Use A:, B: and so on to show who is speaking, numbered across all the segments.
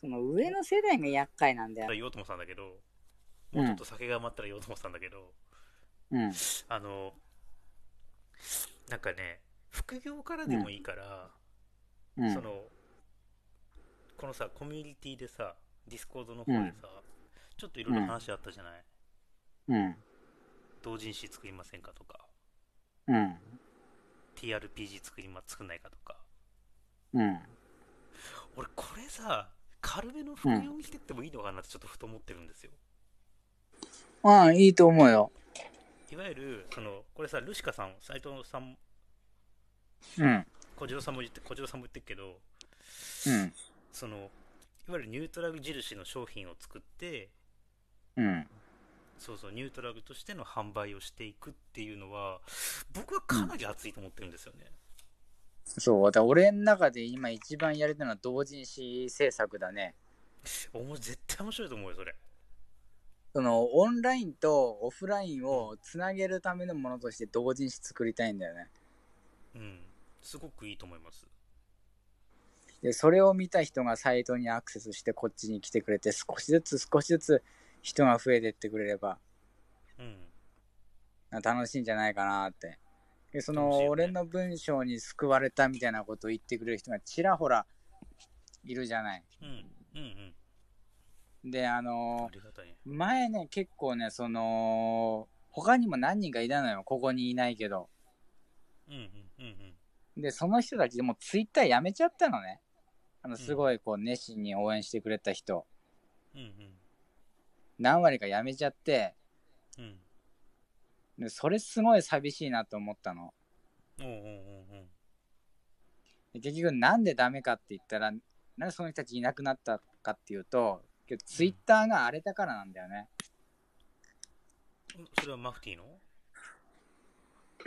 A: その上の世代が厄介なんだよ。
B: 言おうと思ってたんだけど、もうちょっと酒が余ったら言おうと思ってたんだけど、
A: うん。
B: あの、なんかね、副業からでもいいから、
A: う
B: そ
A: ん。
B: の、このさ、コミュニティでさ、ディスコードの方でさ、ちょっといろいろ話あったじゃない、
A: うん。
B: 同人誌作りませんかとか、
A: うん。
B: TRPG 作りま、作んないかとか。
A: うん。
B: 俺、これさ、軽めの副業にしてってもいいのかなってちょっとふと思ってるんですよ。
A: ああ、いいと思うよ。
B: いわゆる、その、これさ、ルシカさん、斎藤さん、
A: うん。
B: 小次郎さんも言って、小次郎さんも言ってるけど、
A: うん。
B: その、いわゆるニュートラル印の商品を作って、
A: うん。
B: そうそう、ニュートラルとしての販売をしていくっていうのは、僕はかなり熱いと思ってるんですよね。
A: そう。だから俺の中で今一番やりたいのは同人誌制作だね。
B: おも絶対面白いと思うよ、それ。
A: そのオンラインとオフラインをつなげるためのものとして同人誌作りたいんだよね。
B: うん。すごくいいと思います。
A: で、それを見た人がサイトにアクセスしてこっちに来てくれて、少しずつ少しずつ人が増えてってくれれば
B: うん。
A: 楽しいんじゃないかなって。で、そ
B: 楽しい
A: の
B: よね
A: 俺の文章に救われたみたいなことを言ってくれる人がちらほらいるじゃない。
B: うん。うん
A: で、あ
B: うん。あ
A: の
B: りがたいね。
A: 前ね、結構ね、その、他にも何人かいたのよ。ここにいないけど。
B: うんうんうん
A: で、その人たち、もうツイッターやめちゃったのね。あの、すごい、こう、熱心に応援してくれた人、
B: うん。うん
A: 何割かやめちゃって、
B: うん。うん。
A: でそれすごい寂しいなと思ったの。
B: おうおうおうおう。
A: で結局、なんでダメかって言ったら、なんでその人たちいなくなったかっていうと、ツイッターが荒れたからなんだよね。
B: それはマフティーの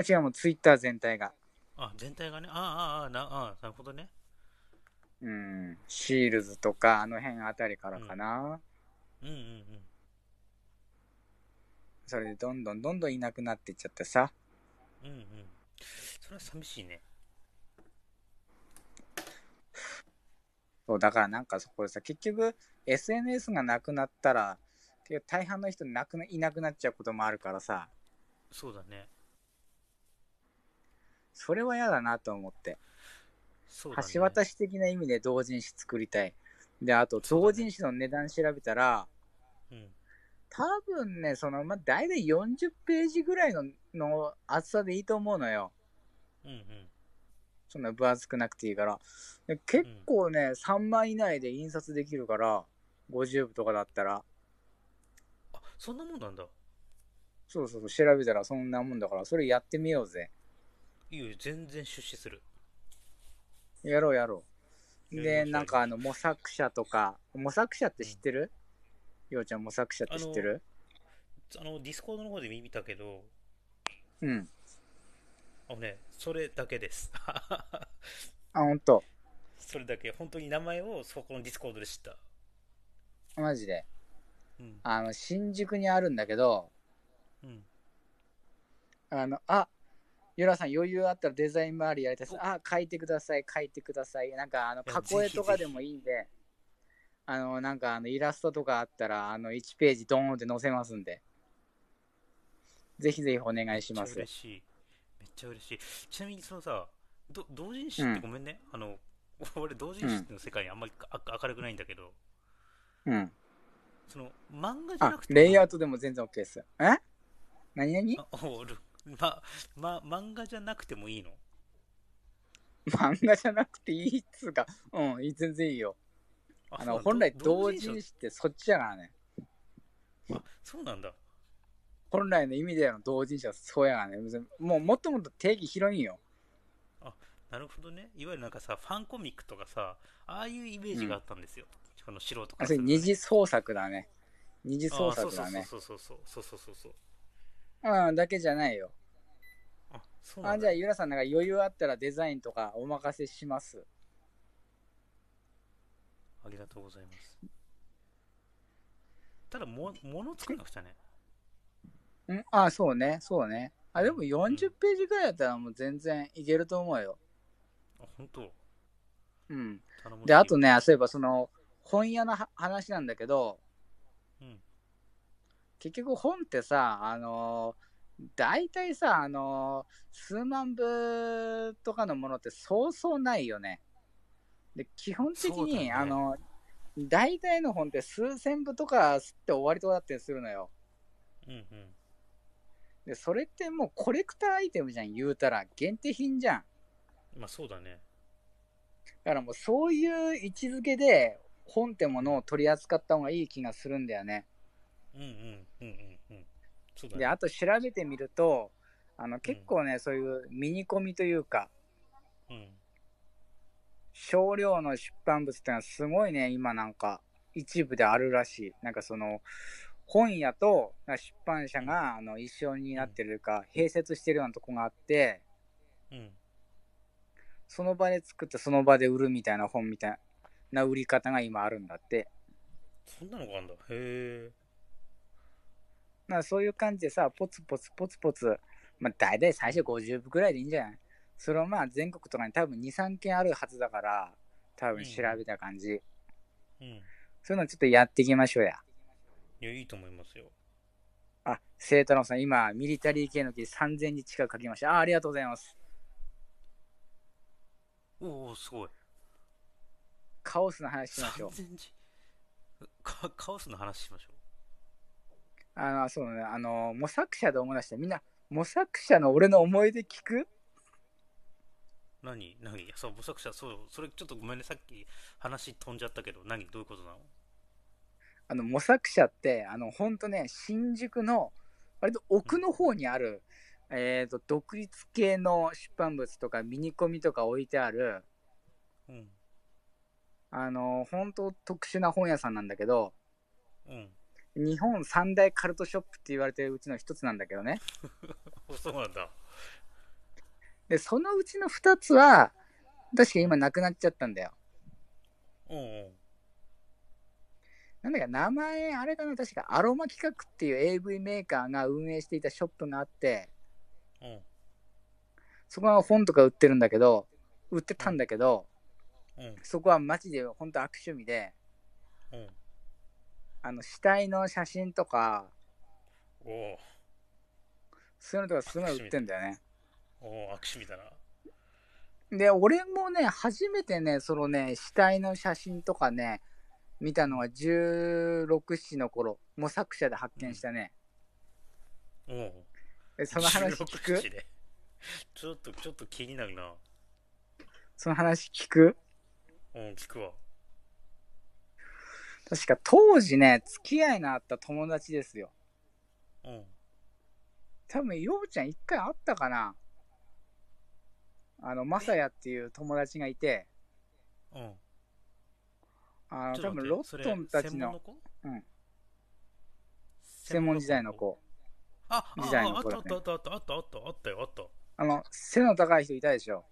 A: 違う、もうツイッター全体が。
B: あ、全体がね。ああ、ああ、な、ああ、なるほどね。
A: うん、シールズとか、あの辺あたりからかな。
B: うんうんうん。
A: それで、どんどんどんどんいなくなっていっちゃってさ。
B: うんうん。それは寂しいね。
A: そうだからなんかそこでさ結局 SNS がなくなったら結局大半の人なくないなくなっちゃうこともあるからさ
B: そうだね。
A: それは嫌だなと思って、
B: そうだね。
A: 橋渡し的な意味で同人誌作りたいであと同人誌の値段調べたら、
B: うん。
A: 多分ねそのまあ大体40ページぐらいのの厚さでいいと思うのよ
B: うんうん。
A: そんな分厚くなくていいからで結構ね、3万以内で印刷できるから50部とかだったら
B: あ、そんなもんなんだ。
A: そうそうそう調べたらそんなもんだからそれやってみようぜ
B: いいよ、全然出資する。
A: やろうやろう。
B: やりましょうや
A: で、
B: りましょう
A: なんかあの、模索者とか、模索者って知ってる、ようちゃん、模索者って知ってる
B: あの、ディスコードの方で見たけど、
A: うん。
B: あのね、それだけです。
A: あ、ほんと。
B: それだけ、本当に名前をそこのディスコードで知った。
A: マジで。
B: うん。
A: あの、新宿にあるんだけど、
B: うん。
A: あの、あ、ヨラさん余裕あったらデザイン周りやりたいです。あ、書いてください、書いてください。なんか、あの、
B: いや
A: 囲絵とか
B: ぜひぜ
A: で
B: ひ
A: もいいんで、あの、なんか、あの、イラストとかあったら、あの、1ページドーンって載せますんで。ぜひぜひお願いします
B: めっ。ちゃ嬉しい。めっちゃ嬉しい。ちなみに、そのさ、ど同人誌ってごめんね。あの、 俺、同人誌の世界にあんまりあ明るくないんだけど、
A: うん。
B: その、漫画じゃ
A: あ
B: なく、ても。
A: レイアウトでも全然 OK です。え何々
B: あおるま、ま、漫画じゃなくてもいいの
A: 漫画じゃなくていいっつうか、うん、いい全然いいよ。
B: あ
A: あ
B: そう
A: の、
B: なんだ
A: 本来
B: ど
A: 同人誌ってそっちだからね。
B: あそうなんだ。
A: 本来の意味での同人誌はそうやからね。別にもうもっともっと定義広いんよ。
B: なるほどね。いわゆるなんかさ、ファンコミックとかさ、ああいうイメージがあったんですよ。この素人か
A: あ、
B: ら
A: そ
B: す
A: れ
B: ると
A: 二次創作だね。二次創
B: あそ
A: 作
B: うそう
A: だね。
B: そうそうそうそうそうそうそう。
A: うん、だけじゃないよ。
B: あ、そうな
A: あ、
B: ん
A: じゃ
B: だ
A: あ、。ゆらさんなんか余裕あったらデザインとかお任せします。
B: ありがとうございます。ただも、もの作らなくちゃね。
A: んあ、そうね、そうね。あ、でも40ページぐらいだったらもう全然いけると思うよ。
B: あ、本当。
A: うん。
B: 頼もしい
A: で、あとね、そういえばその、本屋のは話なんだけど、
B: うん
A: 結局本ってさ、あのー、大体さ、あのー数万部とかのものってそうそうないよね。で、基本的
B: そうだ
A: に、
B: ね
A: あの、大体の本って数千部とかすって終わりとかだったりするのよ。
B: うんうん
A: で、それってもうコレクターアイテムじゃん、言うたら。限定品じゃん。
B: まあそうだね
A: だからもうそういう位置づけで本ってものを取り扱った方がいい気がするんだよね。
B: うんうんうんうんうんそうだ
A: で、
B: ね
A: あと調べてみると、あの結構ね、そういうミニコミというか、
B: うん
A: 少量の出版物ってのはすごいね、今なんか一部であるらしい。なんかその、本屋となんか出版社があの一緒になってるか、併設してるようなとこがあって、
B: うん
A: その場で作ってその場で売るみたいな本みたいな売り方が今あるんだって。
B: そんなのがあんだへえ
A: まあそういう感じでさ、ポツポツポツポツ、まあ大体最初50部ぐらいでいいんじゃないそれをまあ全国とかに多分2、3件あるはずだから、多分調べた感じ。
B: うんい
A: そういうのちょっとやっていきましょうや。
B: やいいと思いますよ
A: あ、清太郎さん、今、ミリタリー系の記事3000字近く書きました。あありがとうございます。
B: おおすごい
A: カオスの話しましょう。
B: 3000字かカオスの話しましょ
A: あの、そうね、あの、模索者で思い出した。みんな、模索者の俺の思い出聞く
B: う何何いやそう模索者そうそれちょっとごめんねさっき話飛んじゃったけど何どういうことなの
A: あの、模索者って、あの、ほんとね、新宿の、割と奥の方にある、えっ、と、独立系の出版物とか、ミニコミとか置いてある、
B: うん
A: あの、ほんと特殊な本屋さんなんだけど、
B: うん
A: 日本三大カルトショップって言われてるうちの一つなんだけどね。
B: おそうなんだ
A: で、そのうちの二つは、確か今なくなっちゃったんだよ。
B: うんうん
A: なんだか名前、あれかな、確かアロマ企画っていう AV メーカーが運営していたショップがあって、
B: うん
A: そこは本とか売ってるんだけど、売ってたんだけど、
B: うん
A: そこはマジで本当悪趣味で、
B: うん
A: あの死体の写真とか、
B: おお
A: そういうのとかすごい売ってんだよね。
B: おお悪趣味だな
A: で、俺もね、初めてね、そのね、死体の写真とかね、見たのが16、7の頃、模索者で発見したね。
B: おお
A: えその話聞
B: 16
A: く
B: 日でちょっとちょっと気になるな
A: その話聞く
B: うん聞くわ
A: 確か当時ね、付き合いのあった友達ですよ。
B: うん
A: 多分、ようちゃん一回会ったかなあの、まさやっていう友達がいて、
B: うん
A: あの、
B: ち
A: 多
B: ょっと待っ
A: 分、
B: て
A: ロ
B: そ
A: ッ
B: れ
A: トンたち
B: 専門
A: の
B: 子
A: うん専門時代の子。
B: ああ
A: 時代の子
B: あ
A: だ
B: あっ
A: ね
B: たあったあったあったあったあったよあった
A: あの、背の高い人いたでしょ。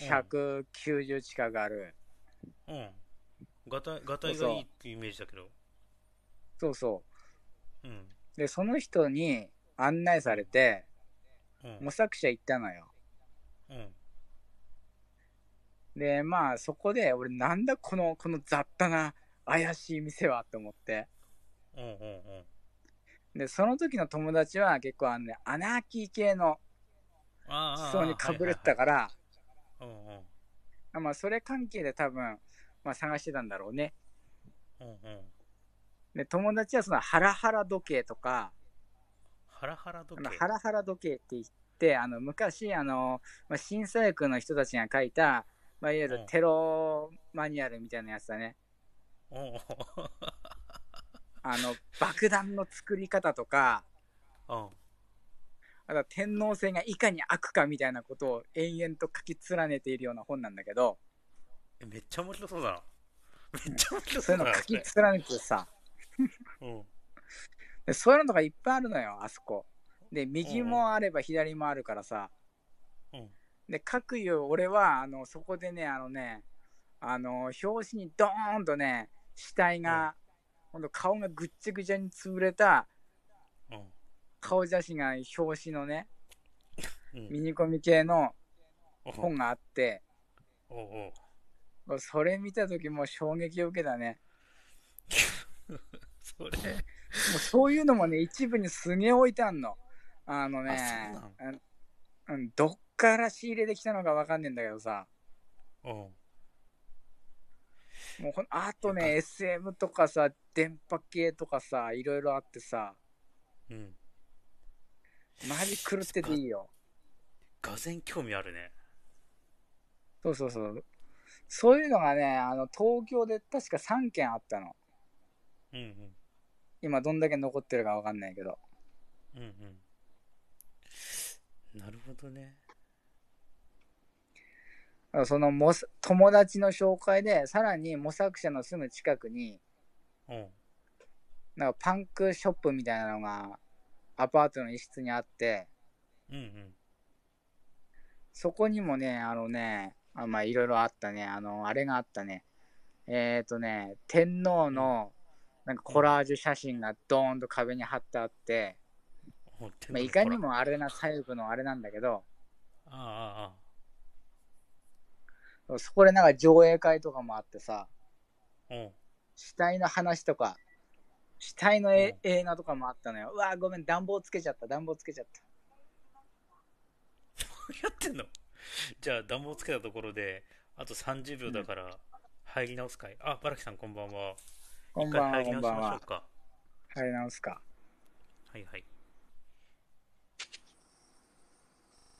B: うん
A: 190近くある。
B: うんがたがたいがいいっていうイメージだけど
A: そうそ
B: うん
A: う。で、その人に案内されて、
B: うん
A: 模索者行ったのよ。
B: うん
A: で、まあ、そこで、俺、なんだこの、この雑多な怪しい店はと思って。
B: うんうんうん
A: で、その時の友達は結構あのね、アナーキー系の
B: ああ
A: 思
B: あ
A: 想にかぶれてたから、
B: はいはいはい
A: まあそれ関係で多分、まあ探してたんだろうね。
B: うんうんうんうん
A: で、友達はそのハラハラ時計とか、
B: ハラハラ時
A: あ
B: 計
A: のハラハラ時計って言って、あの昔、あの、まあ、新左翼の人たちが書いた、まあ、いわゆ
B: う
A: る
B: ん
A: テロマニュアルみたいなやつだね。
B: うんうん
A: あの、爆弾の作り方とか、
B: うん
A: あとは天皇制がいかに悪かみたいなことを延々と書き連ねているような本なんだけど、
B: えめっちゃ面白そうだなめっちゃ面白
A: そ
B: そうう
A: いうの
B: だな
A: 書き
B: それ
A: 連ねてさ、
B: うん
A: でそういうのとかいっぱいあるのよあそこで右もあれば左もあるからさ、
B: うん
A: で各有俺はあのそこでねあのねあの表紙にドーンとね死体が、ほんと顔がぐっちゃぐちゃに潰れた
B: うん
A: 顔写真が表紙のね
B: うん
A: ミニコミ系の
B: おう
A: 本があって、
B: おうおう
A: それ見た時もう衝撃を受けたね
B: それ
A: もうそういうのもね、一部にすげえ置いてあんの。あのね
B: あ、
A: うんうんどっから仕入れてきたのかわかんねえんだけどさ、
B: うん
A: もうほんあと
B: やっぱ
A: ね、SM とかさ、電波系とかさ、いろいろあってさ、
B: うん
A: マジ狂ってていいよ。
B: がぜん興味あるね
A: そうそうそう。そういうのがね、あの東京で確か3件あったの。
B: うん
A: 今どんだけ残ってるかわかんないけど。
B: うんうんうんなるほどね
A: その模索友達の紹介で、さらに模索者のすぐ近くに、
B: うん
A: なんかパンクショップみたいなのがアパートの一室にあって、
B: うんうん
A: そこにもね、あのね、あまあいろいろあったね、あの、あれがあったね。えっ、ー、とね、天皇のなんかコラージュ写真がドーンと壁に貼ってあって、
B: ほんと
A: まあ、いかにもあれな細部のあれなんだけど、
B: ああああ
A: そこでなんか上映会とかもあってさ、
B: ああうん
A: 死体の話とか、死体のえ、映画とかもあったのよ。うわ、ごめん、暖房つけちゃった、暖房つけちゃった。
B: やってんの じゃあ暖房つけたところであと30秒だから入り直すかい、あバラキさんこんばんは
A: こん
B: 一
A: ば
B: 回
A: んは、
B: 入り
A: こん
B: 直
A: ばん
B: しましょう
A: は。
B: か
A: 入り直すか。
B: はいはい